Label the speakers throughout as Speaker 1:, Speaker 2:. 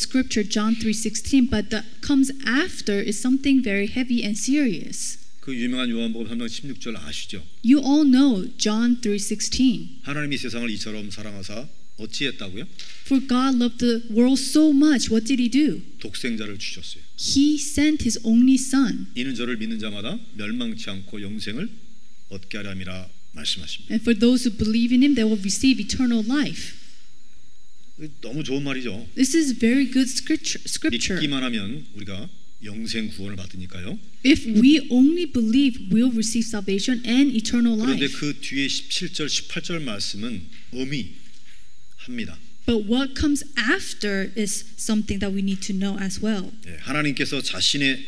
Speaker 1: scripture John 3:16, but that comes after is something very heavy and serious.
Speaker 2: 그 유명한 요한복음 3장 16절 아시죠?
Speaker 1: You all know John 3:16.
Speaker 2: 하나님이 세상을 이처럼 사랑하사 어찌했다고요?
Speaker 1: For God loved the world so much, what did he do?
Speaker 2: 독생자를 주셨어요.
Speaker 1: He sent his only son.
Speaker 2: 이는 저를 믿는 자마다 멸망치 않고 영생을 얻게 하리라 말씀하십니다.
Speaker 1: And for those who believe in him, they will receive eternal life.
Speaker 2: 그 너무 좋은 말이죠.
Speaker 1: This is very good scripture. scripture.
Speaker 2: 믿기만 하면 우리가 영생 구원을 받으니까요.
Speaker 1: If we only believe, we'll receive salvation and eternal
Speaker 2: 그런데
Speaker 1: life.
Speaker 2: 그 뒤에 17절, 18절 말씀은 의미합니다.
Speaker 1: But what comes after is something that we need to know as well.
Speaker 2: 예, 하나님께서 자신의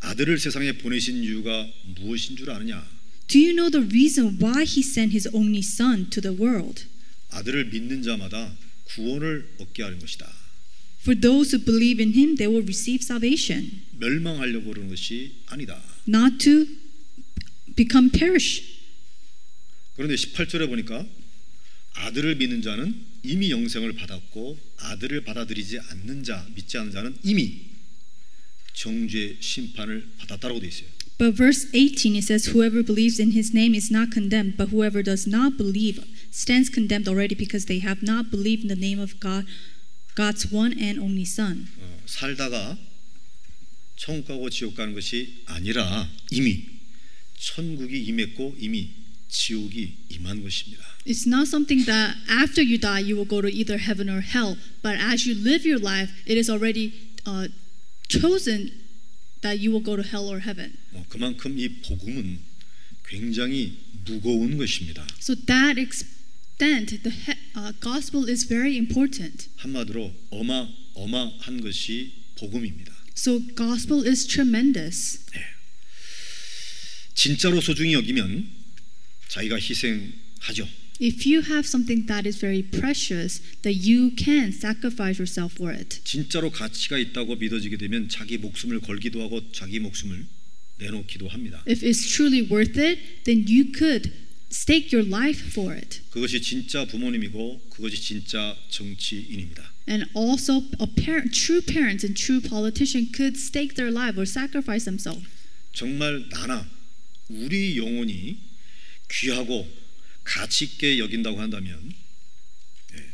Speaker 2: 아들을 세상에 보내신 이유가 무엇인 줄 아느냐?
Speaker 1: Do you know the reason why he sent his only son to the world?
Speaker 2: 아들을 믿는 자마다 구원을 얻게 하는 것이다.
Speaker 1: For those who believe in him, they will receive salvation,
Speaker 2: 멸망하려고 그러는 것이 아니다.
Speaker 1: not to become perish.
Speaker 2: 그런데 18절에 보니까 아들을 믿는 자는 이미 영생을 받았고 아들을 받아들이지 않는 자, 믿지 않는 자는 이미 정죄 심판을 받았다라고 되어 있어요.
Speaker 1: But verse 18 it says, Whoever believes in his name is not condemned, but whoever does not believe stands condemned already because they have not believed in the name of God, God's one and only Son.
Speaker 2: 어, 살다가 천국 가고 지옥 가는 것이 아니라 이미 천국이 임했고 이미 지옥이 임한 것입니다.
Speaker 1: It's not something that after you die you will go to either heaven or hell, but as you live your life, it is already uh, chosen that you will go to hell or heaven.
Speaker 2: 어, 그만큼 이 복음은 굉장히 무거운 것입니다.
Speaker 1: So that extent, the he- uh, gospel is very important.
Speaker 2: 한마디로 어마어마한 것이 복음입니다. 네.
Speaker 1: So gospel is tremendous.
Speaker 2: 진짜로 소중히 여기면 자기가 희생하죠.
Speaker 1: If you have something that is very precious, that you can sacrifice yourself for it.
Speaker 2: 진짜로 가치가 있다고 믿어지게 되면 자기 목숨을 걸기도 하고 자기 목숨을 내놓기도 합니다.
Speaker 1: If it's truly worth it, then you could stake your life for it.
Speaker 2: 그것이 진짜 부모님이고 그것이 진짜 정치인입니다.
Speaker 1: And also, a parent, true parents and true politician could stake their life or sacrifice themselves.
Speaker 2: 정말 나나 우리 영혼이 귀하고 가치 있게 여긴다고 한다면 예,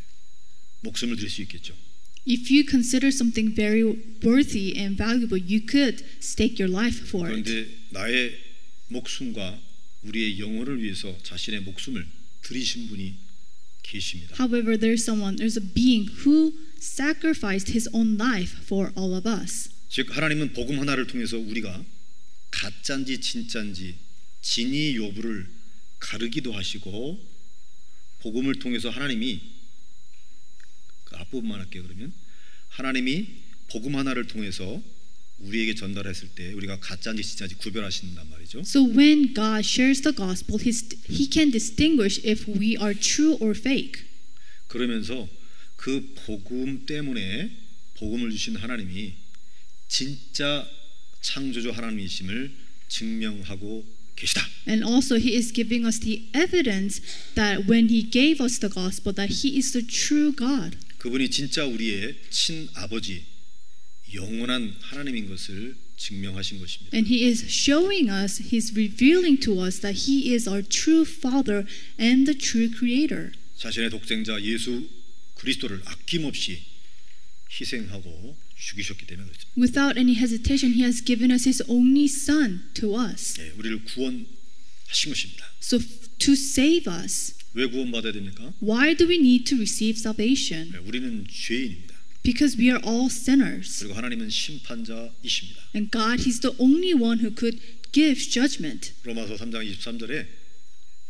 Speaker 2: 목숨을 드릴 수 있겠죠.
Speaker 1: If you consider something very worthy and valuable, you could stake your life for it.
Speaker 2: 그런데 나의 목숨과 우리의 영혼을 위해서 자신의 목숨을 드리신 분이 계십니다.
Speaker 1: However, there's someone, there's a being who sacrificed his own life for all of us.
Speaker 2: 즉 하나님은 복음 하나를 통해서 우리가 가짠지 진짠지 진위 여부를 가르기도 하시고 복음을 통해서 하나님이 그 앞부분만 할게요 그러면 하나님이 복음 하나를 통해서 우리에게 전달했을 때 우리가 가짠지 진짠지 구별하신단 말이죠.
Speaker 1: So when God shares the gospel, he's, he can distinguish if we are true or fake.
Speaker 2: 그러면서 그 복음 때문에 복음을 주신 하나님이 진짜 창조주 하나님이심을 증명하고 계시다.
Speaker 1: And also he is giving us the evidence that when he gave us the gospel that he is the true God.
Speaker 2: 그분이 진짜 우리의 친아버지 영원한 하나님인 것을 증명하신 것입니다.
Speaker 1: And he is showing us, he's revealing to us that he is our true father and the true creator.
Speaker 2: 자신의 독생자 예수 그리스도를 아낌없이 희생하고 죽이셨기 때문에 그렇죠.
Speaker 1: Without any hesitation, he has given us his only son to us.
Speaker 2: 예, 우리를 구원하신 것입니다.
Speaker 1: So f- to save us,
Speaker 2: 왜 구원받아야 됩니까?
Speaker 1: Why do we need to receive
Speaker 2: 예,
Speaker 1: salvation?
Speaker 2: 우리는 죄인입니다.
Speaker 1: Because we are all sinners.
Speaker 2: 그리고 하나님은 심판자이십니다.
Speaker 1: And God, He's the only one who could give judgment.
Speaker 2: 로마서 3장 23절에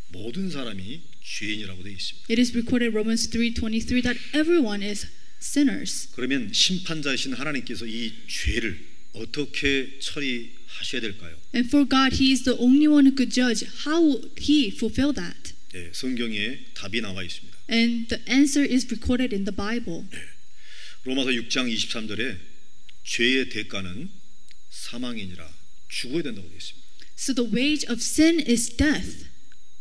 Speaker 2: 모든 사람이 죄인이라고 되어 있습니다.
Speaker 1: It is recorded in Romans 3:23 that everyone is sinners.
Speaker 2: 그러면 심판자이신 하나님께서 이 죄를 어떻게 처리하셔야 될까요?
Speaker 1: And for God, He is the only one who could judge. How will He fulfill that?
Speaker 2: 예, 성경에 답이 나와 있습니다.
Speaker 1: And the answer is recorded in the Bible.
Speaker 2: 로마서 6장 23절에 죄의 대가는 사망이니라 죽어야 된다고 되어 있습니다.
Speaker 1: So the wage of sin is death.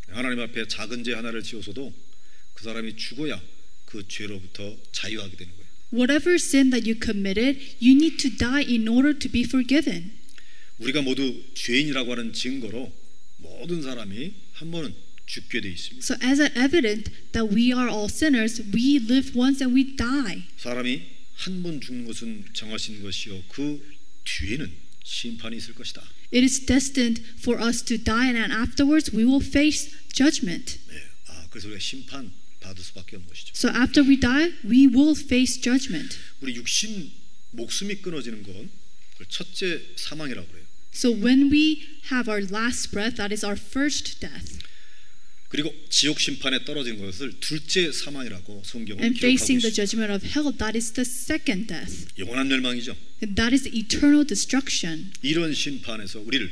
Speaker 2: 하나님 앞에 작은 죄 하나를 지어서도 그 사람이 죽어야 그 죄로부터 자유하게 되는 거예요.
Speaker 1: Whatever sin that you committed, you need to die in order to be forgiven.
Speaker 2: 우리가 모두 죄인이라고 하는 증거로 모든 사람이 한 번은 죽게 돼 있습니다.
Speaker 1: So, as an evidence that we are all sinners, we live once and we die.
Speaker 2: 사람이 한 번 죽는 것은 정하신 것이요 그 뒤에는 심판이 있을 것이다.
Speaker 1: It is destined for us to die, and then afterwards we will face judgment.
Speaker 2: 예. 아, 그래서 우리가 심판 받을 수밖에 없는 것이죠.
Speaker 1: So, after we die, we will face judgment.
Speaker 2: 우리 육신 목숨이 끊어지는 건 그걸 첫째 사망이라고 그래요.
Speaker 1: So, when we have our last breath, that is our first death,
Speaker 2: 그리고 지옥 심판에 떨어진 것을 둘째 사망이라고 성경은
Speaker 1: and
Speaker 2: 기록하고
Speaker 1: facing the
Speaker 2: 있습니다.
Speaker 1: judgment of hell, that is the second death,
Speaker 2: 영원한 멸망이죠.
Speaker 1: and that is eternal destruction.
Speaker 2: 이런 심판에서 우리를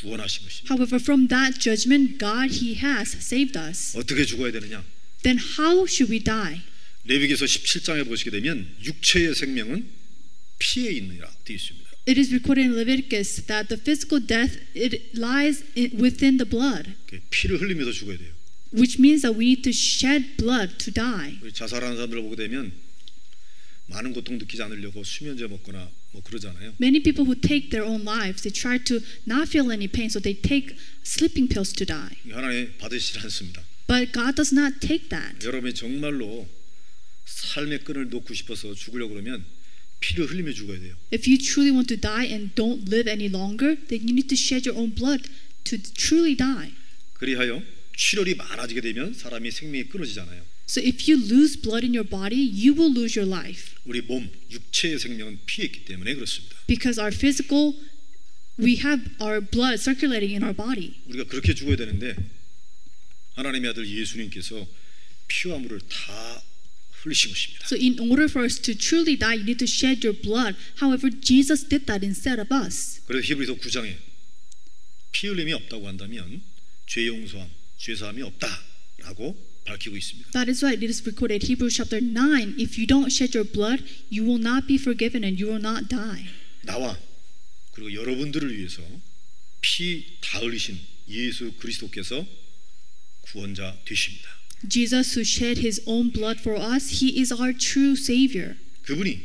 Speaker 2: 구원하신 것입니다.
Speaker 1: However, from that judgment, God, He has saved us.
Speaker 2: 어떻게 죽어야 되느냐?
Speaker 1: Then, how should we die?
Speaker 2: 레위기서 17장에 보시게 되면 육체의 생명은 피에 있느라 되어 있습니다.
Speaker 1: It is recorded in Leviticus that the physical death it lies in, within the blood,
Speaker 2: 그 피를 흘리면서 죽어야 돼요.
Speaker 1: which means that we need to shed blood to die.
Speaker 2: 우리 자살하는 사람들을 보게 되면 많은 고통 느끼지 않으려고 수면제 먹거나 뭐 그러잖아요.
Speaker 1: Many people who take their own lives, they try to not feel any pain, so they take sleeping pills to die.
Speaker 2: 하나님 받으시지 않습니다.
Speaker 1: But God does not take that.
Speaker 2: 여러분이 정말로 삶의 끈을 놓고 싶어서 죽으려고 그러면 피를 흘리며 죽어야 돼요.
Speaker 1: If you truly want to die and don't live any longer, then you need to shed your own blood to truly die.
Speaker 2: 그리하여 출혈이 많아지게 되면 사람이 생명이 끊어지잖아요.
Speaker 1: So if you lose blood in your body, you will lose your life
Speaker 2: 우리 몸 육체의 생명은 피에 있기 때문에 그렇습니다.
Speaker 1: because our physical, we have our blood circulating in our body.
Speaker 2: 우리가 그렇게 죽어야 되는데 하나님의 아들 예수님께서 피와 물을 다 흘리신 것입니다.
Speaker 1: So in order for us to truly die, you need to shed your blood. However, Jesus did that instead of us.
Speaker 2: 그래서 히브리서 9장에 피 흘림이 없다고 한다면 죄 용서함, 죄 사함이 없다라고 밝히고 있습니다.
Speaker 1: That is why it is recorded in Hebrews chapter 9. If you don't shed your blood, you will not be forgiven and you will not die.
Speaker 2: 나와 그리고 여러분들을 위해서 피 다 흘리신 예수 그리스도께서 구원자 되십니다.
Speaker 1: Jesus, who shed his own blood for us, he is our true Savior.
Speaker 2: 그분이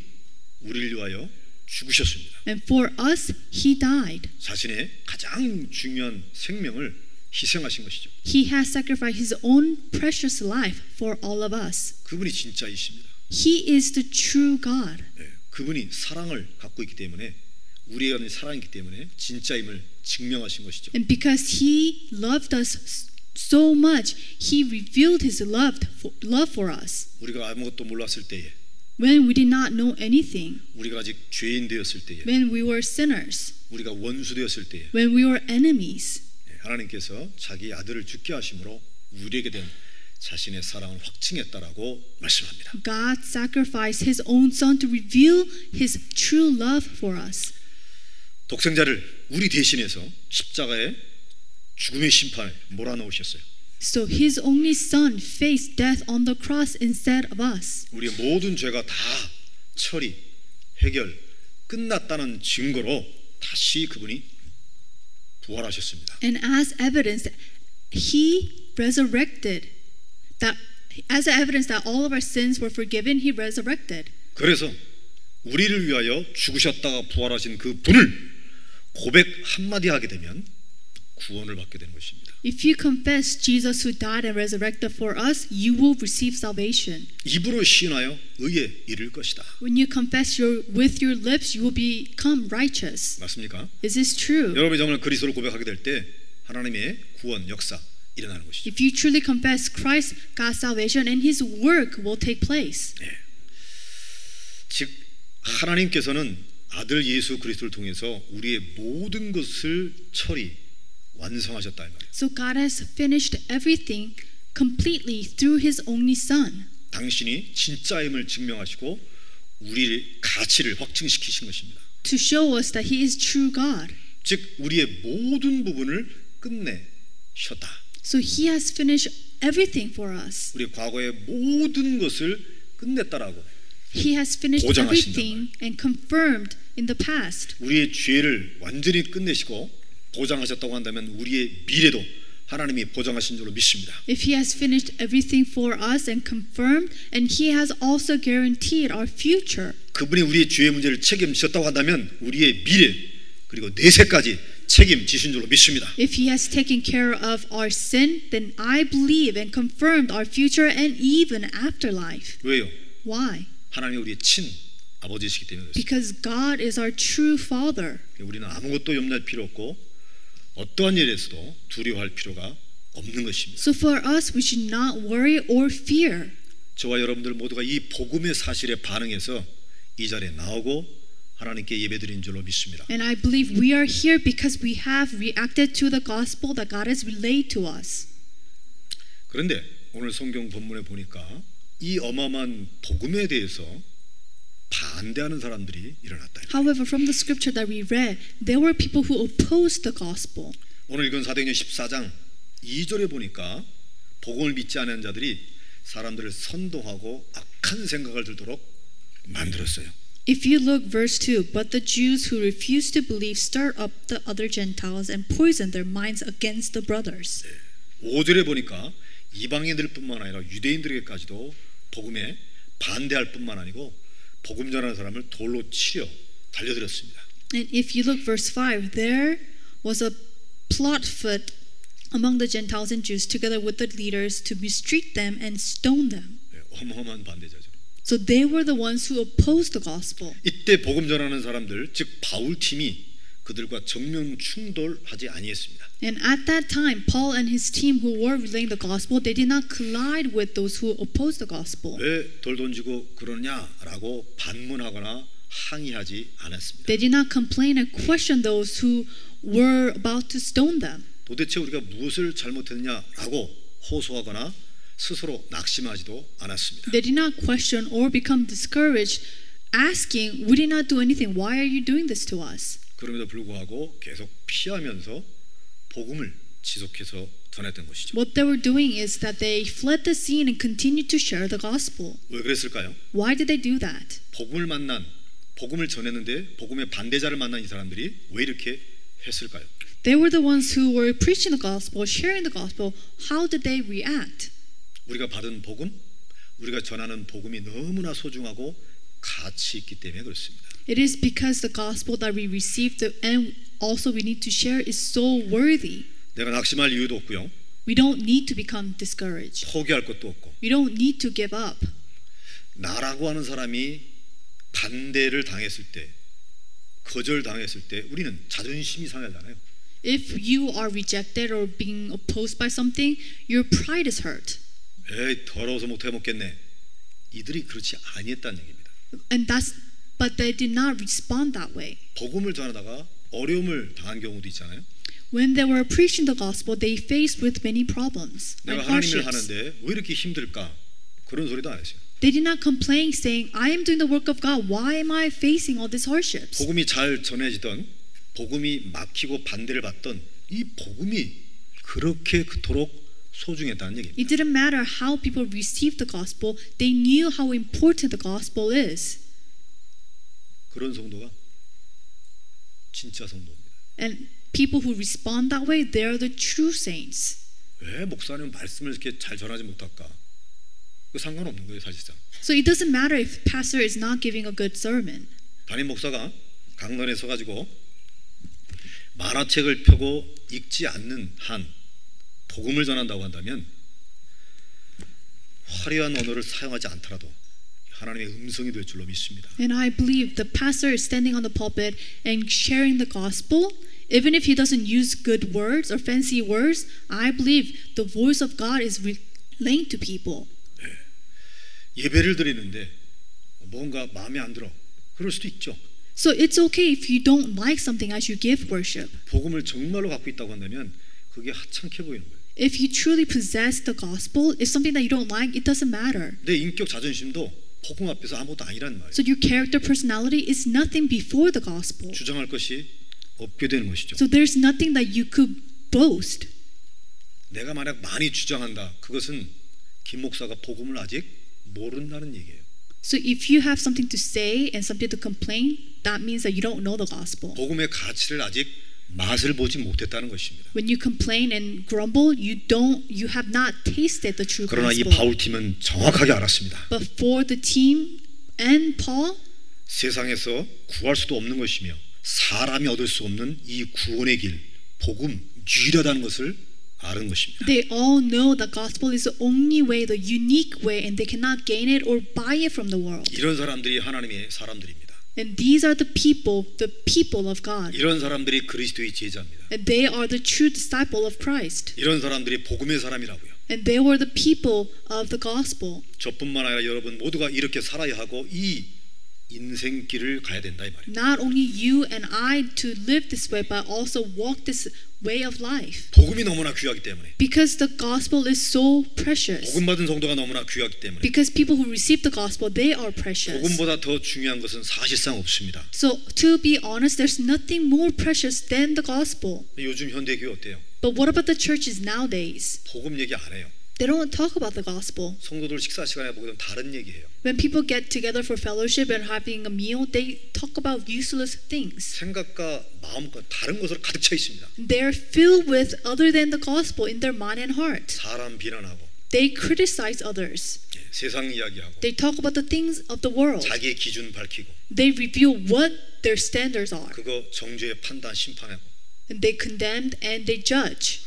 Speaker 2: 우리를 위하여 죽으셨습니다.
Speaker 1: And for us, he died.
Speaker 2: 자신의 가장 중요한 생명을 희생하신 것이죠.
Speaker 1: He has sacrificed his own precious life for all of us.
Speaker 2: 그분이 진짜이십니다.
Speaker 1: He is the true God.
Speaker 2: 예, 그분이 사랑을 갖고 있기 때문에 우리의 안에 사랑이기 때문에 진짜임을 증명하신 것이죠.
Speaker 1: And because he loved us s- so much, he revealed his love for, love for us.
Speaker 2: 우리가 아무것도 몰랐을 때에
Speaker 1: When we did not know anything,
Speaker 2: 우리가 아직 죄인 되었을 때에
Speaker 1: when we were sinners,
Speaker 2: 우리가 원수 되었을 때에
Speaker 1: when we were enemies,
Speaker 2: 예, 하나님께서 자기 아들을 죽게 하심으로 우리에게 대한 자신의 사랑을 확증했다라고 말씀합니다.
Speaker 1: God sacrificed his own son to reveal his true love for us.
Speaker 2: 독생자를 우리 대신해서 십자가에 죽음의 심판에 몰아넣으셨어요.
Speaker 1: So his only son faced death on the cross instead of us.
Speaker 2: 우리의 모든 죄가 다 처리, 해결, 끝났다는 증거로 다시 그분이 부활하셨습니다.
Speaker 1: And as evidence, he resurrected. That as evidence that all of our sins were forgiven, he resurrected.
Speaker 2: 그래서 우리를 위하여 죽으셨다가 부활하신 그 분을 고백 한마디 하게 되면 구원을 받게 되는 것입니다.
Speaker 1: If you confess Jesus who died and resurrected for us, you will receive salvation.
Speaker 2: 입으로 시인하여 의에 이를 것이다.
Speaker 1: When you confess your with your lips, you will become righteous.
Speaker 2: 맞습니까?
Speaker 1: Is this true?
Speaker 2: 여러분이 정말 그리스도를 고백하게 될 때 하나님의 구원 역사 일어나는 것이죠.
Speaker 1: If you truly confess Christ, God's salvation and his work will take place.
Speaker 2: 네. 즉 하나님께서는 아들 예수 그리스도를 통해서 우리의 모든 것을 처리 완성하셨다 이 말이에요.
Speaker 1: So God has finished everything completely through his only son.
Speaker 2: 당신이 진짜임을 증명하시고 우리의 가치를 확증시키신 것입니다.
Speaker 1: to show us that He is true God.
Speaker 2: 즉 우리의 모든 부분을 끝내셨다.
Speaker 1: So He has finished everything for us.
Speaker 2: 우리 과거의 모든 것을 끝냈다라고.
Speaker 1: He has finished
Speaker 2: 보장하신단
Speaker 1: everything and confirmed in the past.
Speaker 2: 우리의 죄를 완전히 끝내시고 보장하셨다고 한다면 우리의 미래도 하나님이 보장하신 줄로 믿습니다.
Speaker 1: If He has finished everything for us and confirmed, and He has also guaranteed our future,
Speaker 2: 그분이 우리의 죄의 문제를 책임지셨다고 한다면 우리의 미래 그리고 내세까지 책임지신 줄로 믿습니다.
Speaker 1: if He has taken care of our sin, then I believe and confirmed our future and even afterlife.
Speaker 2: 왜요?
Speaker 1: Why?
Speaker 2: 하나님이 우리의 친 아버지시기 때문에 그렇습니다.
Speaker 1: Because God is our true Father.
Speaker 2: 우리는 아무것도 염려할 필요 없고 어떠한 일에서도 두려워할 필요가 없는 것입니다.
Speaker 1: So for us, we should not worry or fear.
Speaker 2: 저와 여러분들 모두가 이 복음의 사실에 반응해서 이 자리에 나오고 하나님께 예배드린 줄로 믿습니다.
Speaker 1: And I believe we are here because we have reacted to the gospel that God has relayed to us.
Speaker 2: 그런데 오늘 성경 본문에 보니까 이 어마어마한 복음에 대해서 반대하는 사람들이 일어났다.
Speaker 1: However, from the scripture that we read, there were people who opposed the gospel.
Speaker 2: 오늘 읽은 사도행전 14장 2절에 보니까 복음을 믿지 않은 자들이 사람들을 선동하고 악한 생각을 들도록 만들었어요.
Speaker 1: If you look verse 2, but the Jews who refused to believe stirred up the other Gentiles and poisoned their minds against the brothers.
Speaker 2: 5절에 보니까 이방인들뿐만 아니라 유대인들에게까지도 복음에 반대할 뿐만 아니고 복음 전하는 사람을 돌로 치려 달려들었습니다.
Speaker 1: And if you look verse 5, there was a plot foot among the Gentiles and Jews together with the leaders to mistreat them and stone them.
Speaker 2: 예, 어마어마한 반대자죠.
Speaker 1: So they were the ones who opposed the gospel.
Speaker 2: 이때 복음 전하는 사람들 즉 바울 팀이 그들과 정면 충돌하지 아니했습니다.
Speaker 1: And at that time, Paul and his team who were relaying the gospel, they did not collide with those who opposed the gospel.
Speaker 2: 왜 돌 던지고 그러냐라고 반문하거나 항의하지 않았습니다.
Speaker 1: They did not complain and question those who were about to stone them.
Speaker 2: 도대체 우리가 무엇을 잘못했냐라고 호소하거나 스스로 낙심하지도 않았습니다.
Speaker 1: They did not question or become discouraged, asking, We did not do anything. Why are you doing this to us?
Speaker 2: 그럼에도 불구하고 계속 피하면서 복음을 지속해서 전했던 것이죠.
Speaker 1: What they were doing is that they fled the scene and continued to share the gospel.
Speaker 2: 왜 그랬을까요?
Speaker 1: Why did they do that?
Speaker 2: 복음을 만난 복음을 전했는데 복음의 반대자를 만난 이 사람들이 왜 이렇게 했을까요?
Speaker 1: They were the ones who were preaching the gospel, sharing the gospel. How did they react?
Speaker 2: 우리가 받은 복음, 우리가 전하는 복음이 너무나 소중하고 가치 있기 때문에 그렇습니다.
Speaker 1: It is because the gospel that we received and also we need to share is so worthy.
Speaker 2: 내가 낙심할 이유도 없고요.
Speaker 1: We don't need to become discouraged.
Speaker 2: 포기할 것도 없고
Speaker 1: We don't need to give up.
Speaker 2: 나라고 하는 사람이 반대를 당했을 때 거절 당했을 때 우리는 자존심이 상하잖아요.
Speaker 1: If you are rejected or being opposed by something, your pride is hurt.
Speaker 2: 에이 더러워서 못 해먹겠네. 이들이 그렇지 아니했다는 얘기입니다.
Speaker 1: And that's but they did not respond that way.
Speaker 2: 복음을 전하다가 어려움을 당한 경우도 있잖아요.
Speaker 1: When they were preaching the gospel, they faced with many problems and
Speaker 2: 내가 하나님 을
Speaker 1: hardships.
Speaker 2: 하는데 왜 이렇게 힘들까 그런 소리도 안 했어요.
Speaker 1: They did not complain saying, "I am doing the work of God. Why am I facing all these hardships?"
Speaker 2: 복음이 잘 전해지던 복음이 막히고 반대를 받던 이 복음이 그렇게 그토록 소중했다는 얘기입니다.
Speaker 1: It didn't matter how people received the gospel, they knew how important the gospel is.
Speaker 2: 그런 성도가 진짜 성도입니다.
Speaker 1: And people who respond that way, they are the true saints.
Speaker 2: 왜 목사님 말씀을 이렇게 잘 전하지 못할까? 그 상관없는 거예요 사실상.
Speaker 1: So it doesn't matter if pastor is not giving a good sermon.
Speaker 2: 담임 목사가 강단에 서가지고 만화책을 펴고 읽지 않는 한 복음을 전한다고 한다면 화려한 언어를 사용하지 않더라도 하나님의 음성이 될 줄로 믿습니다.
Speaker 1: And I believe the pastor is standing on the pulpit and sharing the gospel. Even if he doesn't use good words or fancy words, I believe the voice of God is relaying to people.
Speaker 2: 예배를 드리는데 뭔가 마음에 안 들어. 그럴 수도 있죠.
Speaker 1: So it's okay if you don't like something as you give worship.
Speaker 2: 복음을 정말로 갖고 있다고 한다면 그게 하찮게 보이는 거예요.
Speaker 1: If you truly possess the gospel, if something that you don't like, it doesn't matter.
Speaker 2: 내 인격 자존심도 복음 앞에서 아무것도 아니란 말이에요.
Speaker 1: So your character personality is nothing before the gospel.
Speaker 2: 주장할 것이 없게 되는 것이죠.
Speaker 1: So there's nothing that you could boast.
Speaker 2: 내가 만약 많이 주장한다. 그것은 김 목사가 복음을 아직 모른다는 얘기예요.
Speaker 1: So if you have something to say and something to complain, that means that you don't know the gospel.
Speaker 2: 복음의 가치를 아직 맛을 보지 못했다는 것입니다.
Speaker 1: When you complain and grumble, you don't you have not tasted the true
Speaker 2: 그러나 이
Speaker 1: gospel.
Speaker 2: 바울 팀은 정확하게 알았습니다.
Speaker 1: But for the team and Paul,
Speaker 2: 세상에서 구할 수도 없는 것이며 사람이 얻을 수 없는 이 구원의 길, 복음 유일하다는 것을 아는 것입니다.
Speaker 1: they all know the gospel is the only way, the unique way, and they cannot gain it or buy it from the world.
Speaker 2: 이런 사람들이 하나님의 사람들입니다.
Speaker 1: And these are the people, the people of God.
Speaker 2: 이런 사람들이 그리스도의 제자입니다.
Speaker 1: And they are the true disciple of Christ.
Speaker 2: 이런 사람들이 복음의 사람이라고요.
Speaker 1: And they were the people of the gospel.
Speaker 2: 저뿐만 아니라 여러분 모두가 이렇게 살아야 하고 이 인생길을 가야 된다 이 말이에요.
Speaker 1: Not only you and I to live this way, but also walk this way of life.
Speaker 2: 복음이 너무나 귀하기 때문에
Speaker 1: Because the gospel is so precious.
Speaker 2: 복음 받은 성도가 너무나 귀하기 때문에
Speaker 1: Because people who receive the gospel, they are precious.
Speaker 2: 복음보다 더 중요한 것은 사실상 없습니다.
Speaker 1: So, to be honest, there's nothing more precious than the gospel.
Speaker 2: 요즘 현대 교회 어때요?
Speaker 1: But what about the churches nowadays?
Speaker 2: 복음 얘기 안 해요.
Speaker 1: They don't talk about the gospel.
Speaker 2: 성도들 식사 시간에 보게 되면 다른 얘기해요.
Speaker 1: When people get together for fellowship and having a meal, they talk about useless things.
Speaker 2: 생각과 마음과 다른 것으로 가득 차 있습니다.
Speaker 1: They're filled with other than the gospel in their mind and heart.
Speaker 2: 사람 비난하고
Speaker 1: They criticize others.
Speaker 2: 예, 세상 이야기하고
Speaker 1: They talk about the things of the world.
Speaker 2: 자기의 기준 밝히고
Speaker 1: They reveal what their standards are.
Speaker 2: 그거 정죄 판단 심판하고
Speaker 1: And they condemn and they judge.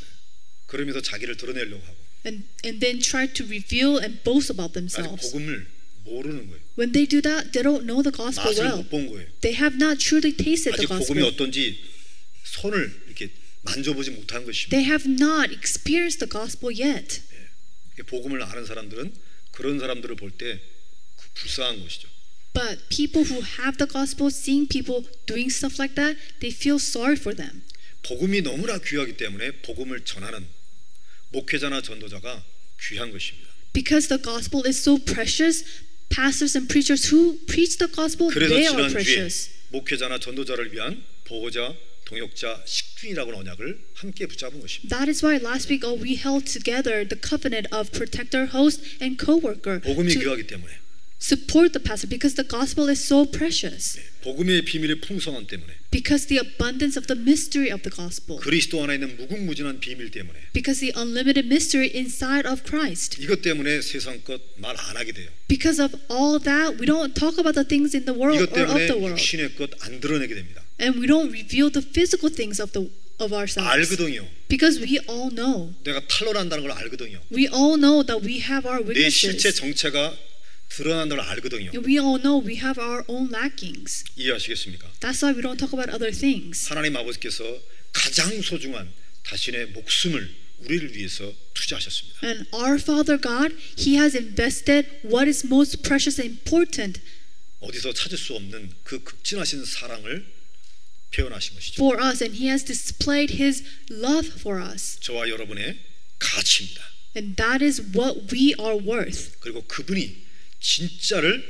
Speaker 2: 그러면서 자기를 드러내려고 하고
Speaker 1: And, and then try to reveal and boast about
Speaker 2: 아직
Speaker 1: themselves.
Speaker 2: 복음을 모르는 거예요.
Speaker 1: When they do that, they don't know the gospel
Speaker 2: 맛을
Speaker 1: well.
Speaker 2: 못 본 거예요.
Speaker 1: They have not truly tasted the
Speaker 2: 아직 복음이
Speaker 1: gospel.
Speaker 2: 어떤지 손을 이렇게 만져보지 못한 것입니다.
Speaker 1: They have not experienced the gospel yet.
Speaker 2: 예, 복음을 아는 사람들은 그런 사람들을 볼 때 불쌍한 것이죠.
Speaker 1: But people who have the gospel, seeing people doing stuff like that, they feel sorry for them.
Speaker 2: 복음이 너무나 귀하기 때문에 복음을 전하는 목회자나 전도자가 귀한 것입니다.
Speaker 1: Because the gospel is so precious, pastors and preachers who preach the gospel,
Speaker 2: 그래서
Speaker 1: they are
Speaker 2: 지난주에
Speaker 1: precious.
Speaker 2: 목회자나 전도자를 위한 보호자, 동역자, 식주인이라고 하는 언약을 함께 붙잡은 것입니다.
Speaker 1: That is why last week all we held together the covenant of protector, host, and co-worker
Speaker 2: 복음이
Speaker 1: to
Speaker 2: 귀하기 때문에
Speaker 1: support the pastor because the gospel is so precious.
Speaker 2: 복음의 비밀의 풍성함 때문에
Speaker 1: Because the abundance of the mystery of the gospel.
Speaker 2: 그리스도 안에 있는 무궁무진한 비밀 때문에
Speaker 1: Because the unlimited mystery inside of Christ.
Speaker 2: 이것 때문에 세상껏 말 안 하게 돼요.
Speaker 1: Because of all that, we don't talk about the things in the world
Speaker 2: 이것
Speaker 1: or of
Speaker 2: 때문에
Speaker 1: the world.
Speaker 2: 육신의 것 안 드러내게 됩니다.
Speaker 1: And we don't reveal the physical things of the of ourselves.
Speaker 2: 알거든요.
Speaker 1: Because we all know.
Speaker 2: 내가 탄로한다는 걸 알거든요.
Speaker 1: We all know that we have our
Speaker 2: 내 실제
Speaker 1: weaknesses.
Speaker 2: 정체가 드러난다는 걸 알거든요.
Speaker 1: And we all know we have our own lackings.
Speaker 2: 이해하시겠습니까?
Speaker 1: That's why we don't talk about other things.
Speaker 2: 하나님 아버지께서 가장 소중한 자신의 목숨을 우리를 위해서 투자하셨습니다.
Speaker 1: And our Father God, He has invested what is most precious and important
Speaker 2: 어디서 찾을 수 없는 그 극진하신 사랑을 표현하신 것이죠.
Speaker 1: for us, and He has displayed His love for us.
Speaker 2: 저와 여러분의 가치입니다.
Speaker 1: And that is what we are worth.
Speaker 2: 그리고 그분이 진짜를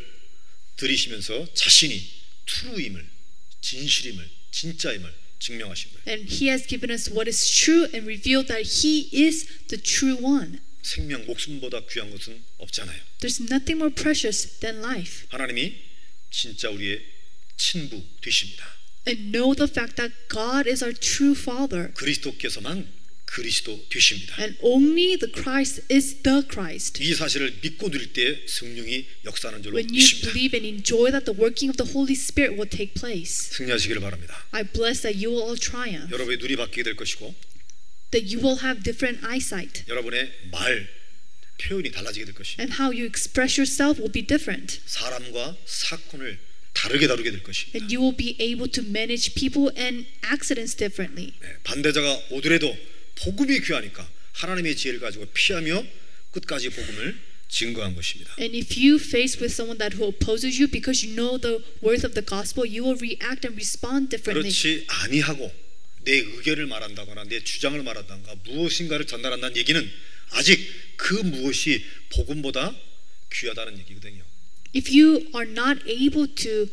Speaker 2: 들이시면서 자신이 트루임을 진실임을 진짜임을 증명하신 거예요.
Speaker 1: And He has given us what is true and revealed that He is the true one.
Speaker 2: 생명 목숨보다 귀한 것은 없잖아요.
Speaker 1: There's nothing more precious than life.
Speaker 2: 하나님이 진짜 우리의 친부 되십니다.
Speaker 1: and know the fact that God is our true Father,
Speaker 2: 그리스도께서만 그리스도 되십니다.
Speaker 1: and only the Christ is the Christ.
Speaker 2: 이 사실을 믿고 누릴 때 성령이 역사하는 줄로
Speaker 1: When you
Speaker 2: 믿습니다.
Speaker 1: believe and enjoy that, the working of the Holy Spirit will take place.
Speaker 2: 승리하시기를 바랍니다.
Speaker 1: I bless that you will all triumph,
Speaker 2: 여러분의 눈이 바뀌게 될 것이고
Speaker 1: that you will have different eyesight,
Speaker 2: 여러분의 말 표현이 달라지게 될 것이
Speaker 1: and how you express yourself will be different,
Speaker 2: 사람과 사건을 다르게 다루게 될 것입니다.
Speaker 1: and you will be able to manage people and accidents differently.
Speaker 2: 네, 반대자가 오더라도 복음이 귀하니까 하나님의 지혜를 가지고 피하며 끝까지 복음을 증거한 것입니다.
Speaker 1: And if you face with someone that who opposes you because you know the worth of the gospel, you will react and respond differently.
Speaker 2: 그렇지 아니하고 내 의견을 말한다거나 내 주장을 말한다거나 무엇인가를 전달한다는 얘기는 아직 그 무엇이 복음보다 귀하다는 얘기거든요.
Speaker 1: if you are not able to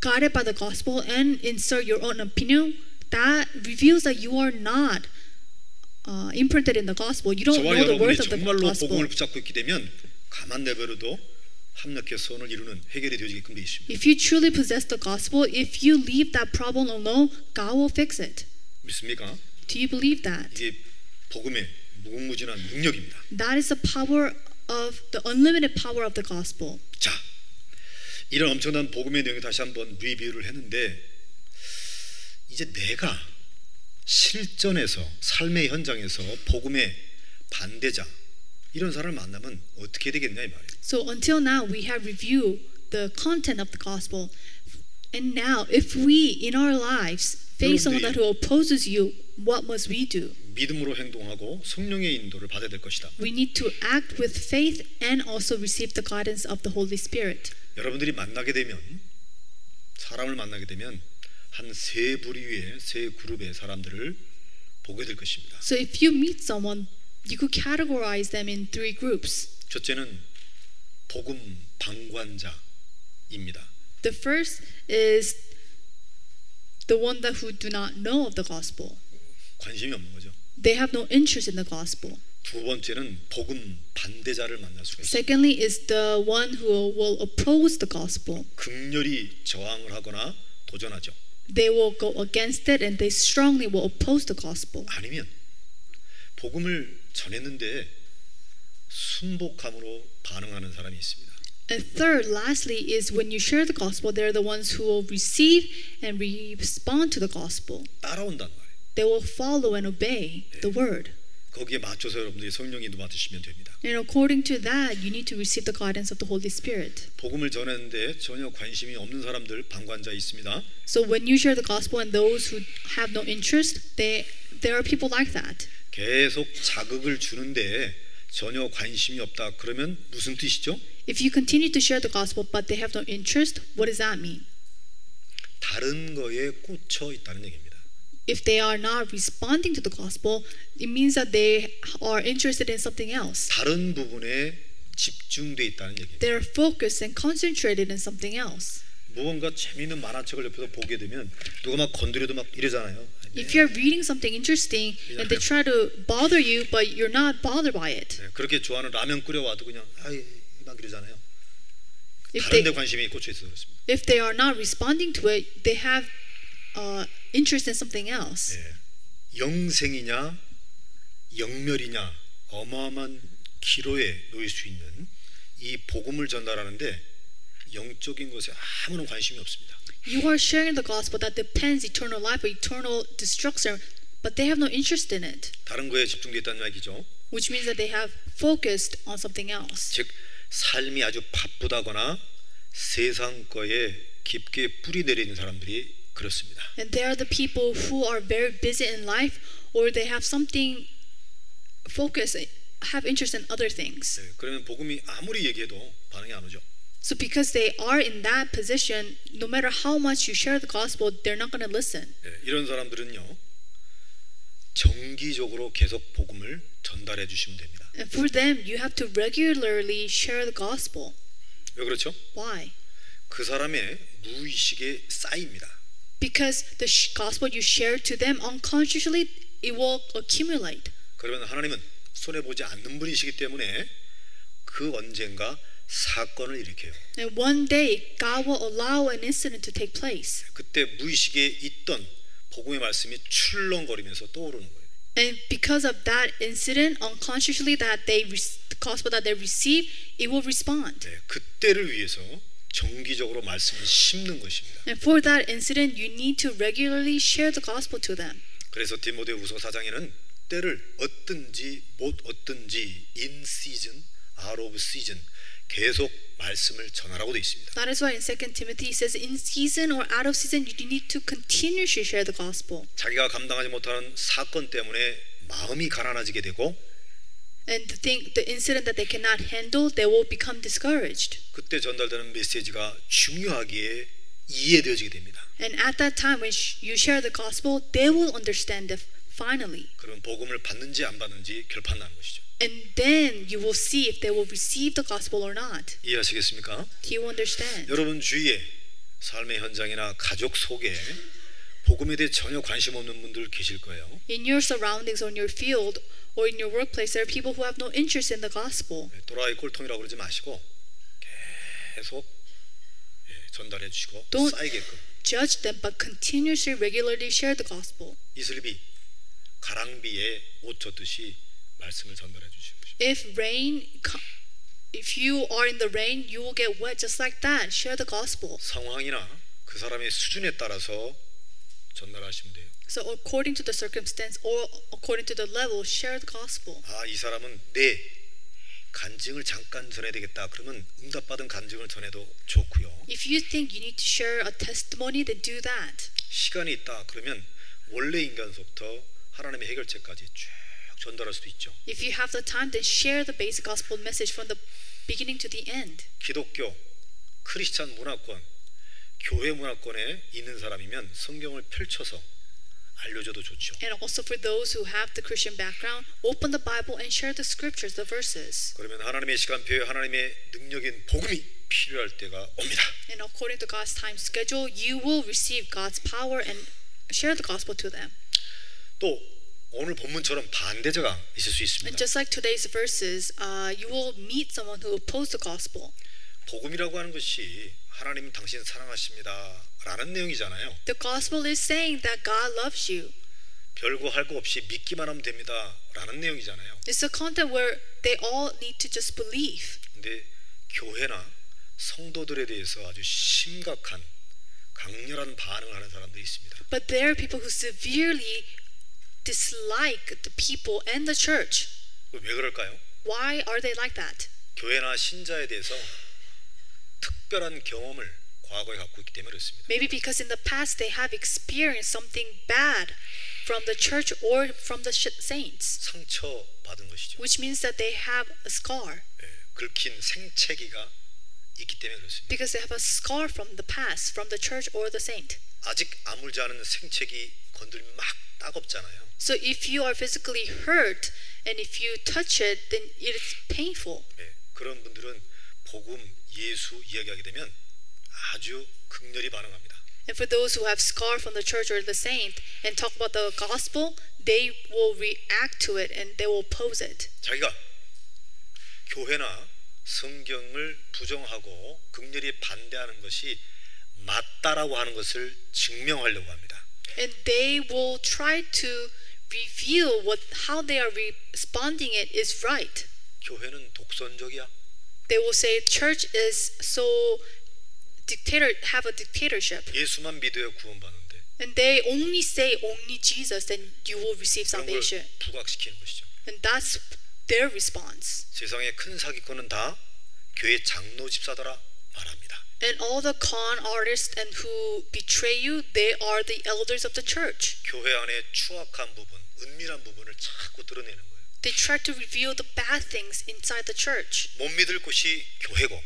Speaker 1: guided by the gospel and insert your own opinion that reveals that you are not uh, 뭐, imprinted in the gospel you don't
Speaker 2: 저와
Speaker 1: know the
Speaker 2: 여러분이
Speaker 1: worth of the
Speaker 2: 정말로
Speaker 1: gospel
Speaker 2: 복음을 붙잡고 있게 되면 가만 내버려도 합력해 선을 이루는 해결이 되어지게끔 되어 있습니다.
Speaker 1: If you truly possess the gospel, if you leave that problem alone, God will fix it.
Speaker 2: 믿습니까?
Speaker 1: Do you believe that?
Speaker 2: 이게 복음의 무궁무진한 능력입니다.
Speaker 1: That is the power of the unlimited power of the gospel.
Speaker 2: 자, 이런 엄청난 복음의 내용을 다시 한번 리뷰를 했는데 이제 내가 실전에서 삶의 현장에서 복음의 반대자 이런 사람을 만나면 어떻게 되겠냐 이 말이에요.
Speaker 1: So until now, we have reviewed the content of the gospel. And now, if we in our lives face someone that who opposes you, what must we do?
Speaker 2: 믿음으로 행동하고 성령의 인도를 받아야 될 것이다.
Speaker 1: We need to act with faith and also receive the guidance of the Holy Spirit.
Speaker 2: 여러분들이 만나게 되면 사람을 만나게 되면 한 세 부류의 세 그룹의 사람들을 보게 될 것입니다.
Speaker 1: So if you meet someone, you could categorize them in three groups.
Speaker 2: 첫째는 복음 방관자입니다.
Speaker 1: The first is the one that who do not know of the gospel.
Speaker 2: 관심이 없는 거죠.
Speaker 1: They have no interest in the gospel.
Speaker 2: 두 번째는 복음 반대자를 만날 수가 있어요.
Speaker 1: Secondly is the one who will oppose the gospel.
Speaker 2: 극렬히 저항을 하거나 도전하죠.
Speaker 1: They will go against it and they strongly will oppose the gospel.
Speaker 2: 아니면 복음을 전했는데 순복함으로 반응하는 사람이 있습니다.
Speaker 1: And third, lastly, is when you share the gospel, they're the ones who will receive and respond to the gospel.
Speaker 2: 따라온단 말이에요.
Speaker 1: They will follow and obey the word.
Speaker 2: 거기에 맞춰서 여러분들이 성령인도 받으시면 됩니다.
Speaker 1: And according to that, you need to receive the guidance of the Holy Spirit.
Speaker 2: 복음을 전했는데 전혀 관심이 없는 사람들 방관자 있습니다.
Speaker 1: So when you share the gospel and those who have no interest, they there are people like that.
Speaker 2: 계속 자극을 주는데 전혀 관심이 없다. 그러면 무슨 뜻이죠?
Speaker 1: If you continue to share the gospel but they have no interest, what does that mean?
Speaker 2: 다른 거에 꽂혀 있다는 얘기입니다.
Speaker 1: If they are not responding to the gospel, it means that they are interested in something else.
Speaker 2: 다른 부분에 집중돼 있다는 얘기입니다.
Speaker 1: They're focused and concentrated in something else.
Speaker 2: 무언가 재미있는 만화책을 옆에서 보게 되면 누가 막 건드려도 막 이러잖아요. 네.
Speaker 1: If you're reading something interesting and they try to bother you but you're not bothered by it.
Speaker 2: 네, 그렇게 좋아하는 라면 끓여와도 그냥 아이 막 이러잖아요.
Speaker 1: If
Speaker 2: 다른 데
Speaker 1: they
Speaker 2: 관심이 꽂혀 있어서 그렇습니다.
Speaker 1: if they are not responding to it, they have uh, interest in something else.
Speaker 2: 예. 영생이냐 영멸이냐 어마어마한 기로에 놓일 수 있는 이 복음을 전달하는데 영적인 것에 아무런 관심이 없습니다.
Speaker 1: You are sharing the gospel that depends eternal life or eternal destruction, but they have no interest in it,
Speaker 2: 다른 거에 집중돼 있다는 얘기죠.
Speaker 1: which means that they have focused on something else.
Speaker 2: 즉 삶이 아주 바쁘다거나 세상 거에 깊게 뿌리 내리는 사람들이 그렇습니다.
Speaker 1: And they are the people who are very busy in life or they have something focused, have interest in other things.
Speaker 2: 네, 그러면 복음이 아무리 얘기해도 반응이 안 오죠.
Speaker 1: So because they are in that position, no matter how much you share the gospel, they're not going to listen.
Speaker 2: 네, 이런 사람들은요 정기적으로 계속 복음을 전달해 주시면 됩니다.
Speaker 1: And for them, you have to regularly share the gospel.
Speaker 2: 왜 그렇죠?
Speaker 1: Why?
Speaker 2: 그 사람의 무의식에 쌓입니다.
Speaker 1: Because the sh- gospel you share to them unconsciously, it will accumulate.
Speaker 2: 그러면 하나님은 손해 보지 않는 분이시기 때문에 그 언젠가 사건을 일으켜요.
Speaker 1: And one day, God will allow an incident to take place.
Speaker 2: 그때 무의식에 있던 복음의 말씀이 출렁거리면서 떠오르는 거예요.
Speaker 1: And because of that incident, unconsciously that they re- the gospel that they receive, it will respond.
Speaker 2: 네, 그때를 위해서 정기적으로 말씀을 심는 것입니다.
Speaker 1: And for that incident, you need to regularly share the gospel to them.
Speaker 2: 그래서 디모데후서 4장에는 때를 얻든지 못 얻든지 in season, out of season 계속 말씀을 전하라고 되어 있습니다.
Speaker 1: That is why in 2 Timothy it says, in season or out of season, you need to continuously share the gospel.
Speaker 2: 자기가 감당하지 못하는 사건 때문에 마음이 가난해지게 되고
Speaker 1: And the thing, the incident that they cannot handle, they will become discouraged.
Speaker 2: 그때 전달되는 메시지가 중요하기에 이해되어지게 됩니다.
Speaker 1: And at that time, when sh- you share the gospel, they will understand it finally.
Speaker 2: 그럼 복음을 받는지 안 받는지 결판나는 것이죠.
Speaker 1: And then you will see if they will receive the gospel or not.
Speaker 2: 이해하시겠습니까?
Speaker 1: Do you understand?
Speaker 2: 여러분 주위에 삶의 현장이나 가족 속에 복음에 대해 전혀 관심 없는 분들 계실 거예요.
Speaker 1: In your surroundings, on your field, or
Speaker 2: 네,
Speaker 1: in your workplace, there are people who have no interest in the gospel.
Speaker 2: 도라이 꼴통이라고 그러지 마시고 계속 예, 전달해 주시고
Speaker 1: 또-
Speaker 2: 쌓이게끔
Speaker 1: Judge them, but continuously, regularly share the gospel.
Speaker 2: 이슬비 가랑비에 옷 젖듯이 말씀을 전달해 주시는 것입니다.
Speaker 1: If rain, co- if you are in the rain, you will get wet just like that. Share the gospel.
Speaker 2: 상황이나 그 사람의 수준에 따라서 전달하시면 돼요.
Speaker 1: So according to the circumstance or according to the level, share the gospel.
Speaker 2: 아, 이 사람은 내 간증을 잠깐 전해야 되겠다. 그러면 응답받은 간증을 전해도 좋고요.
Speaker 1: If you think you need to share a testimony, then do that.
Speaker 2: 시간이 있다. 그러면 원래 인간서부터 하나님의 해결책까지 쭉 전달할 수도 있죠.
Speaker 1: If you have the time, then share the basic gospel message from the beginning to the end.
Speaker 2: 기독교, 크리스찬 문화권, 교회 문화권에 있는 사람이면 성경을 펼쳐서 알려줘도 좋죠.
Speaker 1: And also for those who have the Christian background, open the Bible and share the scriptures, the verses.
Speaker 2: 그러면 하나님의 시간표에 하나님의 능력인 복음이 필요할 때가 옵니다.
Speaker 1: And according to God's time schedule, you will receive God's power and share the gospel to them.
Speaker 2: 또 오늘 본문처럼 반대자가 있을 수
Speaker 1: And
Speaker 2: 있습니다.
Speaker 1: just like today's verses, uh, you will meet someone who opposed the gospel.
Speaker 2: 복음이라고 하는 것이 하나님 당신 사랑하십니다라는 내용이잖아요.
Speaker 1: The gospel is saying that God loves you.
Speaker 2: 별거 할 거 없이 믿기만 하면 됩니다라는 내용이잖아요.
Speaker 1: It's a content where they all need to just believe.
Speaker 2: 근데 교회나 성도들에 대해서 아주 심각한 강렬한 반응을 하는 사람들이 있습니다.
Speaker 1: But there are people who severely dislike the people and the church.
Speaker 2: 그왜 그럴까요?
Speaker 1: Why are they like that?
Speaker 2: 교회나 신자에 대해서 특별한 경험을 과거에 갖고 있기 때문에 그렇습니다.
Speaker 1: Maybe because in the past they have experienced something bad from the church or from the sh- saints,
Speaker 2: 상처 받은 것이죠.
Speaker 1: which means that they have a scar
Speaker 2: 예, 긁힌 생채기가 있기 때문에 그렇습니다.
Speaker 1: because they have a scar from the past, from the church or the saint.
Speaker 2: 아직 아물지 않은 생채기 건들면 막 따갑잖아요.
Speaker 1: So if you are physically hurt and if you touch it, then it is painful.
Speaker 2: 예, 그런 분들은 복음, 예수 이야기하게 되면 아주 극렬히 반응합니다.
Speaker 1: And for those who have scar from the church or the saint and talk about the gospel, they will react to it and they will oppose it.
Speaker 2: 자기가 교회나 성경을 부정하고 극렬히 반대하는 것이 맞다라고 하는 것을 증명하려고 합니다.
Speaker 1: And they will try to reveal what how they are responding it is right.
Speaker 2: 교회는 독선적이야.
Speaker 1: They will say church is so dictator have a dictatorship.
Speaker 2: 예수만 믿어야 구원받는데
Speaker 1: And they only say only Jesus, then you will receive
Speaker 2: 그런 걸
Speaker 1: salvation.
Speaker 2: 부각시키는 것이죠.
Speaker 1: And that's their response.
Speaker 2: 세상의 큰 사기꾼은 다 교회 장로 집사더라 말합니다.
Speaker 1: And all the con artists and who betray you, they are the elders of the church.
Speaker 2: 교회 안에 추악한 부분, 은밀한 부분을 자꾸 드러내는 거예요.
Speaker 1: They try to reveal the bad things inside the church.
Speaker 2: 못 믿을 곳이 교회고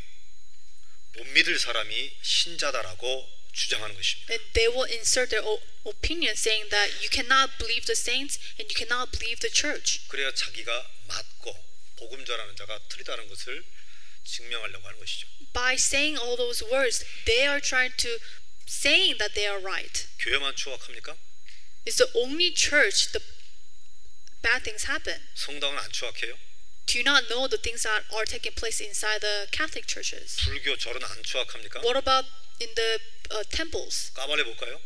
Speaker 2: 못 믿을 사람이 신자다라고 주장하는 것입니다.
Speaker 1: And they will insert their own opinion saying that you cannot believe the saints and you cannot believe the church.
Speaker 2: 그래야 자기가 맞고 복음 전하는 자가 틀리다는 것을 증명하려고 하는 것이죠.
Speaker 1: By saying all those words, they are trying to saying that they are right.
Speaker 2: 교회만 추악합니까?
Speaker 1: It's the only church the bad things happen.
Speaker 2: 성당은 안 추악해요?
Speaker 1: Do you not know the things that are taking place inside the Catholic churches?
Speaker 2: 불교 절은 안 추악합니까?
Speaker 1: What about in the uh, temples?
Speaker 2: 까발해 볼까요?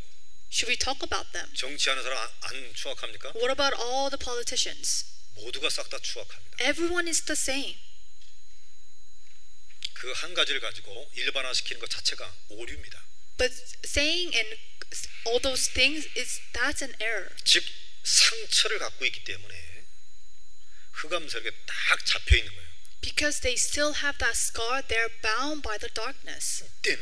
Speaker 1: Should we talk about them?
Speaker 2: 정치하는 사람 안, 안 추악합니까?
Speaker 1: What about all the politicians?
Speaker 2: 모두가 싹 다 추악합니다.
Speaker 1: Everyone is the same.
Speaker 2: 그 한 가지를 가지고 일반화시키는 것 자체가 오류입니다.
Speaker 1: But saying and all those things is that's an error.
Speaker 2: 즉 상처를 갖고 있기 때문에 흑암설계 딱 잡혀 있는 거예요.
Speaker 1: Because they still have that scar, they're bound by the darkness.
Speaker 2: 이때는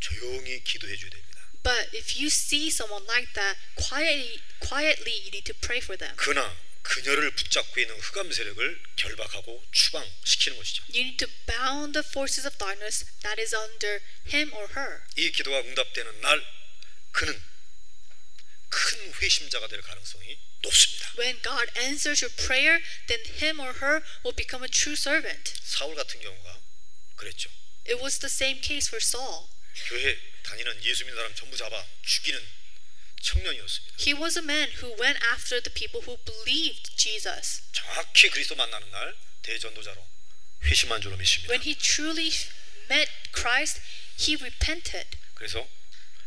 Speaker 2: 조용히 기도해 줘야 됩니다.
Speaker 1: But if you see someone like that, quietly quietly you need to pray for them.
Speaker 2: 그나 그녀를 붙잡고 있는 흑암 세력을 결박하고 추방시키는 것이죠.
Speaker 1: You need to bound the forces of darkness that is under him or her.
Speaker 2: 이 기도가 응답되는 날 그는 큰 회심자가 될 가능성이 높습니다.
Speaker 1: When God answers your prayer, then him or her will become a true servant.
Speaker 2: 사울 같은 경우가 그랬죠.
Speaker 1: It was the same case for Saul.
Speaker 2: 교회 다니는 예수 믿는 사람 전부 잡아 죽이는 청년이었습니다.
Speaker 1: He was a man who went after the people who believed Jesus.
Speaker 2: 정확히 그리스도 만나는 날 대전도자로 회심한 줄로 믿습니다.
Speaker 1: When he truly met Christ, he repented.
Speaker 2: 그래서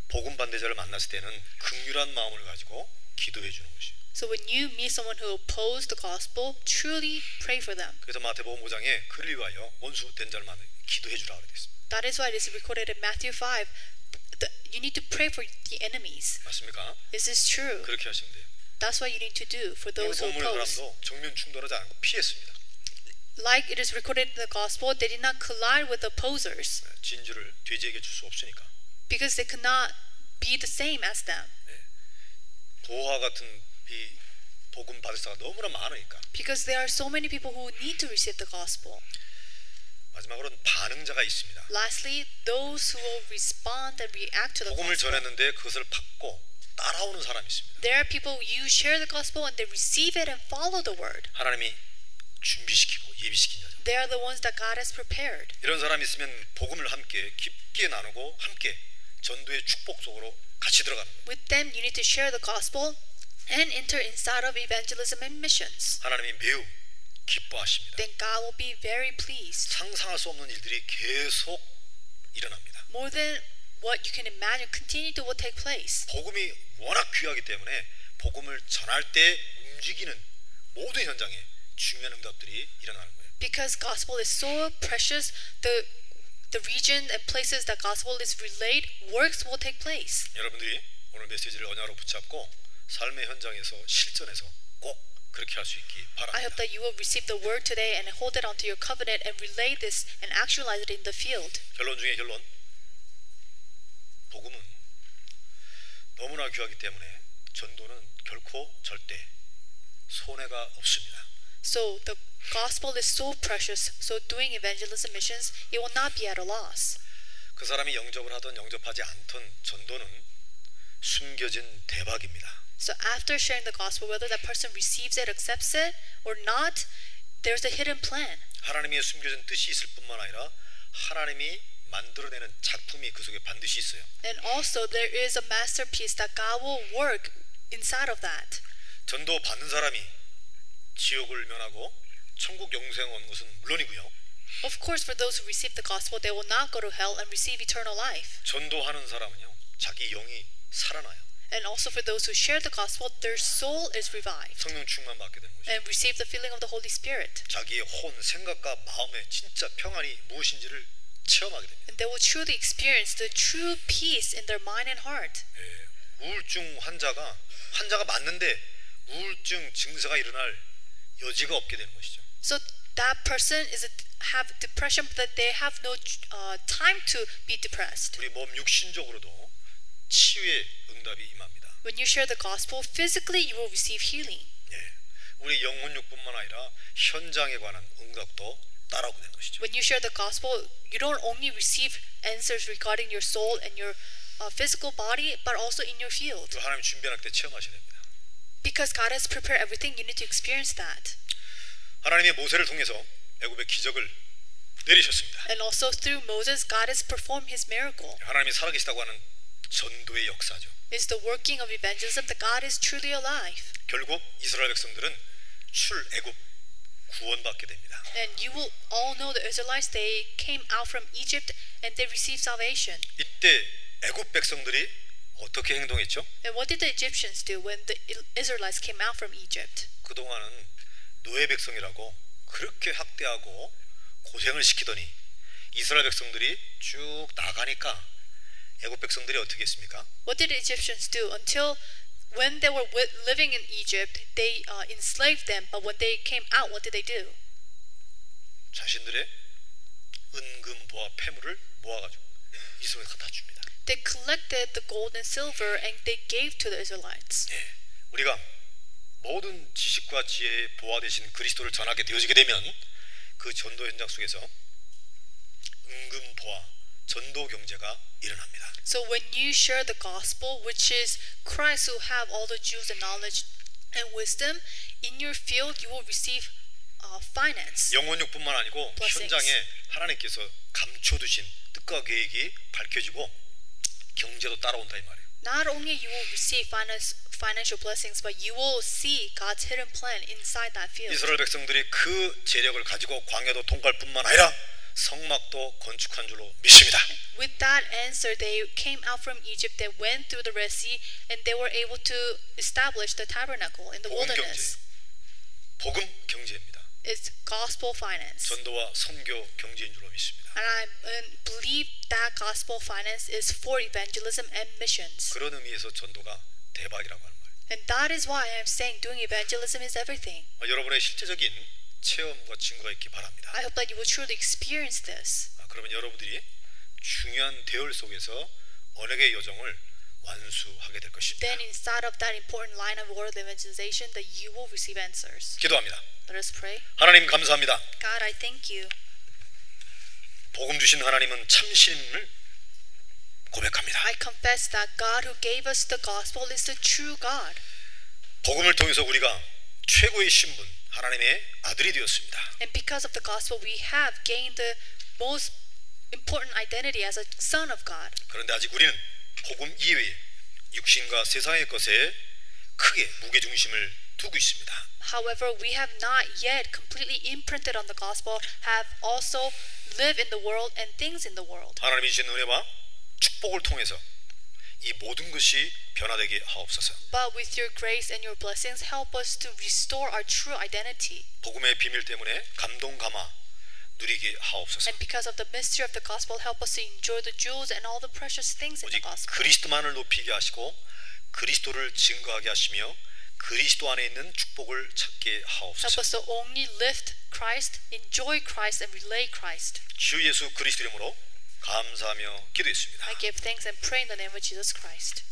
Speaker 2: 복음 반대자를 만났을 때는 극률한 마음을 가지고 기도해 주는 것이에요.
Speaker 1: So when you meet someone who opposes the gospel, truly pray for them.
Speaker 2: 그래서 마태복음 5장에 그를 위하여 원수 된 자를 만나 기도해 주라 그랬습니다
Speaker 1: That is why it is recorded in Matthew 5. The, you need to pray for the enemies.
Speaker 2: 맞습니까?
Speaker 1: This is true.
Speaker 2: 그렇게 하시면 돼요.
Speaker 1: That's what you need to do for
Speaker 2: 오늘
Speaker 1: those who
Speaker 2: 본문의
Speaker 1: oppose.
Speaker 2: 사람도 정면 충돌하지 않고 피했습니다.
Speaker 1: Like it is recorded in the gospel, they did not collide with opposers
Speaker 2: 네, 진주를 돼지에게 줄 수 없으니까.
Speaker 1: because they could not be the same as them.
Speaker 2: 보화 같은 이 복음 받을사가 너무나 많으니까
Speaker 1: Because there are so many people who need to receive the gospel.
Speaker 2: 마지막으로는 반응자가 있습니다.
Speaker 1: Lastly, those who will respond and react to the
Speaker 2: 복음을
Speaker 1: gospel.
Speaker 2: 전했는데 그것을 받고 따라오는 사람이 있습니다.
Speaker 1: There are people you share the gospel and they receive it and follow the word.
Speaker 2: 하나님이 준비시키고 예비시킨 자죠.
Speaker 1: They are the ones that God has prepared.
Speaker 2: 이런 사람이 있으면 복음을 함께 깊게 나누고 함께 전도의 축복 속으로 같이 들어갑니다.
Speaker 1: With them, you need to share the gospel and enter inside of evangelism and missions.
Speaker 2: 하나님이 매우 기뻐하십니다.
Speaker 1: Then God will be very pleased.
Speaker 2: 상상할 수 없는 일들이 계속 일어납니다.
Speaker 1: More than what you can imagine, continue to will take place.
Speaker 2: 복음이 워낙 귀하기 때문에 복음을 전할 때 움직이는 모든 현장에 중요한 응답들이 일어나는 거예요.
Speaker 1: Because gospel is so precious, the the region and places that gospel is relayed, works will take place.
Speaker 2: 여러분들이 오늘 메시지를 언약으로 붙잡고 삶의 현장에서 실전에서 꼭 그렇게 할 수 있기
Speaker 1: I hope
Speaker 2: 바랍니다.
Speaker 1: that you will receive the word today and hold it onto your covenant and relay this and actualize it in the field.
Speaker 2: 결론 중에 결론. 복음은 너무나 귀하기 때문에 전도는 결코 절대 손해가 없습니다.
Speaker 1: So the gospel is so precious. So doing evangelism missions, it will not be at a loss.
Speaker 2: 그 사람이 영접을 하든 영접하지 않든 전도는 숨겨진 대박입니다.
Speaker 1: So after sharing the gospel, whether that person receives it, accepts it or not, there's a hidden plan.
Speaker 2: 하나님의 숨겨진 뜻이 있을 뿐만 아니라 하나님이 만들어내는 작품이 그 속에 반드시 있어요.
Speaker 1: And also there is a masterpiece that God will work inside of that.
Speaker 2: 전도 받는 사람이 지옥을 면하고 천국 영생 오는 것은 물론이고요.
Speaker 1: Of course, for those who receive the gospel, they will not go to hell and receive eternal life.
Speaker 2: 전도하는 사람은요. 자기 영이 살아나요.
Speaker 1: And also for those who share the gospel, their soul is revived
Speaker 2: 성령 충만 받게 되는 거죠.
Speaker 1: and receive the feeling of the Holy Spirit.
Speaker 2: 자기의 혼, 생각과 마음의 진짜 평안이 무엇인지를 체험하게 됩니다.
Speaker 1: And they will truly experience the true peace in their mind and heart.
Speaker 2: 예, 우울증 환자가 환자가 맞는데 우울증 증세가 일어날 여지가 없게 되는 것이죠.
Speaker 1: So that person is a, have depression, but they have no uh, time to be depressed.
Speaker 2: 우리 몸 육신적으로도 치유의 응답이 임합니다.
Speaker 1: When you share the gospel, physically you will receive healing.
Speaker 2: 예, 우리 영혼육뿐만 아니라 현장에 관한 응답도 따라오게 되는 것이죠.
Speaker 1: When you share the gospel, you don't only receive answers regarding your soul and your uh, physical body, but also in your field.
Speaker 2: 이거 하나님 준비할 때 체험하셔야 됩니다.
Speaker 1: Because God has prepared everything, you need to experience that.
Speaker 2: 하나님의 모세를 통해서 애굽의 기적을 내리셨습니다.
Speaker 1: And also through Moses, God has performed his miracle.
Speaker 2: 하나님이 살아계시다고 하는 전도의 역사죠.
Speaker 1: It's the working of evangelism that God is truly alive.
Speaker 2: 결국 이스라엘 백성들은 출애굽 구원받게 됩니다.
Speaker 1: And you will all know the Israelites, they came out from Egypt and they received salvation.
Speaker 2: 이때 애굽 백성들이 어떻게 행동했죠?
Speaker 1: And what did the Egyptians do when the Israelites came out from Egypt?
Speaker 2: 그동안은 노예 백성이라고 그렇게 학대하고 고생을 시키더니 이스라엘 백성들이 쭉 나가니까 애굽 백성들이 어떻게 했습니까?
Speaker 1: What did the Egyptians do until when they were wi- living in Egypt, they uh, enslaved them, but when they came out, what did they do?
Speaker 2: 자신들의 은금 보화 폐물을 모아가지고 이스라엘 갖다 줍니다.
Speaker 1: They collected the gold and silver and they gave to the Israelites.
Speaker 2: 예, 우리가 모든 지식과 지혜의 보화 되신 그리스도를 전하게 되어지게 되면 그 전도 현장 속에서 은금 보화 전도 경제가 일어납니다.
Speaker 1: So when you share the gospel, which is Christ who have all the jewels and knowledge and wisdom, in your field you will receive uh, finance.
Speaker 2: 영혼육뿐만 아니고
Speaker 1: Blessings.
Speaker 2: 현장에 하나님께서 감춰두신 뜻과 계획이 밝혀지고 경제도 따라온다 이 말이에요.
Speaker 1: Not only you will receive finance, financial blessings, but you will see God's hidden plan inside that field.
Speaker 2: 이스라엘 백성들이 그 재력을 가지고 광야도 통과할 뿐만 아니라 성막도 건축한 줄로 믿습니다.
Speaker 1: With that answer, they came out from Egypt, they went through the Red Sea, and they were able to establish the tabernacle in the
Speaker 2: 복음
Speaker 1: wilderness.
Speaker 2: 복음 경제입니다.
Speaker 1: It's gospel finance.
Speaker 2: 전도와 선교 경제인 줄로 믿습니다.
Speaker 1: And I um, believe that gospel finance is for evangelism and missions.
Speaker 2: 그런 의미에서 전도가 대박이라고 하는 거예요.
Speaker 1: And that is why I'm saying doing evangelism is everything.
Speaker 2: 어, 여러분의 실제적인 체험과 증거가 있기 바랍니다.
Speaker 1: I hope that you will truly experience this.
Speaker 2: 아, 그러면 여러분들이 중요한 대열 속에서 언약의 여정을 완수하게 될 것입니다.
Speaker 1: Then, inside of that important line of world evangelization, that you will receive answers.
Speaker 2: 기도합니다.
Speaker 1: Let us pray.
Speaker 2: 하나님 감사합니다.
Speaker 1: God, I thank you.
Speaker 2: 복음 주신 하나님은 참신을 고백합니다.
Speaker 1: I confess that God who gave us the gospel is the true God.
Speaker 2: 복음을 통해서 우리가 최고의 신분 하나님의 아들이 되었습니다.
Speaker 1: And because of the gospel, we have gained the most important identity as a son of God.
Speaker 2: 그런데 아직 우리는 복음 이외에 육신과 세상의 것에 크게 무게중심을 두고 있습니다.
Speaker 1: However, we have not yet completely imprinted on the gospel, have also lived in the world and things in the world.
Speaker 2: 하나님이 주신 은혜와 축복을 통해서 이 모든 것이 변화되게 하옵소서.
Speaker 1: But with your grace and your blessings, help us to restore our true identity.
Speaker 2: 복음의 비밀 때문에 감동 감화 누리게 하옵소서.
Speaker 1: And because of the mystery of the gospel, help us to enjoy the jewels and all the precious things in the
Speaker 2: 오직
Speaker 1: gospel.
Speaker 2: 그리스도만을 높이게 하시고 그리스도를 증거하게 하시며 그리스도 안에 있는 축복을 찾게
Speaker 1: Help
Speaker 2: 하옵소서.
Speaker 1: us to only lift Christ, enjoy Christ, and relay Christ.
Speaker 2: 주 예수 그리스도 이름으로 감사하며 기도했습니다.
Speaker 1: I give thanks and pray in the name of Jesus Christ.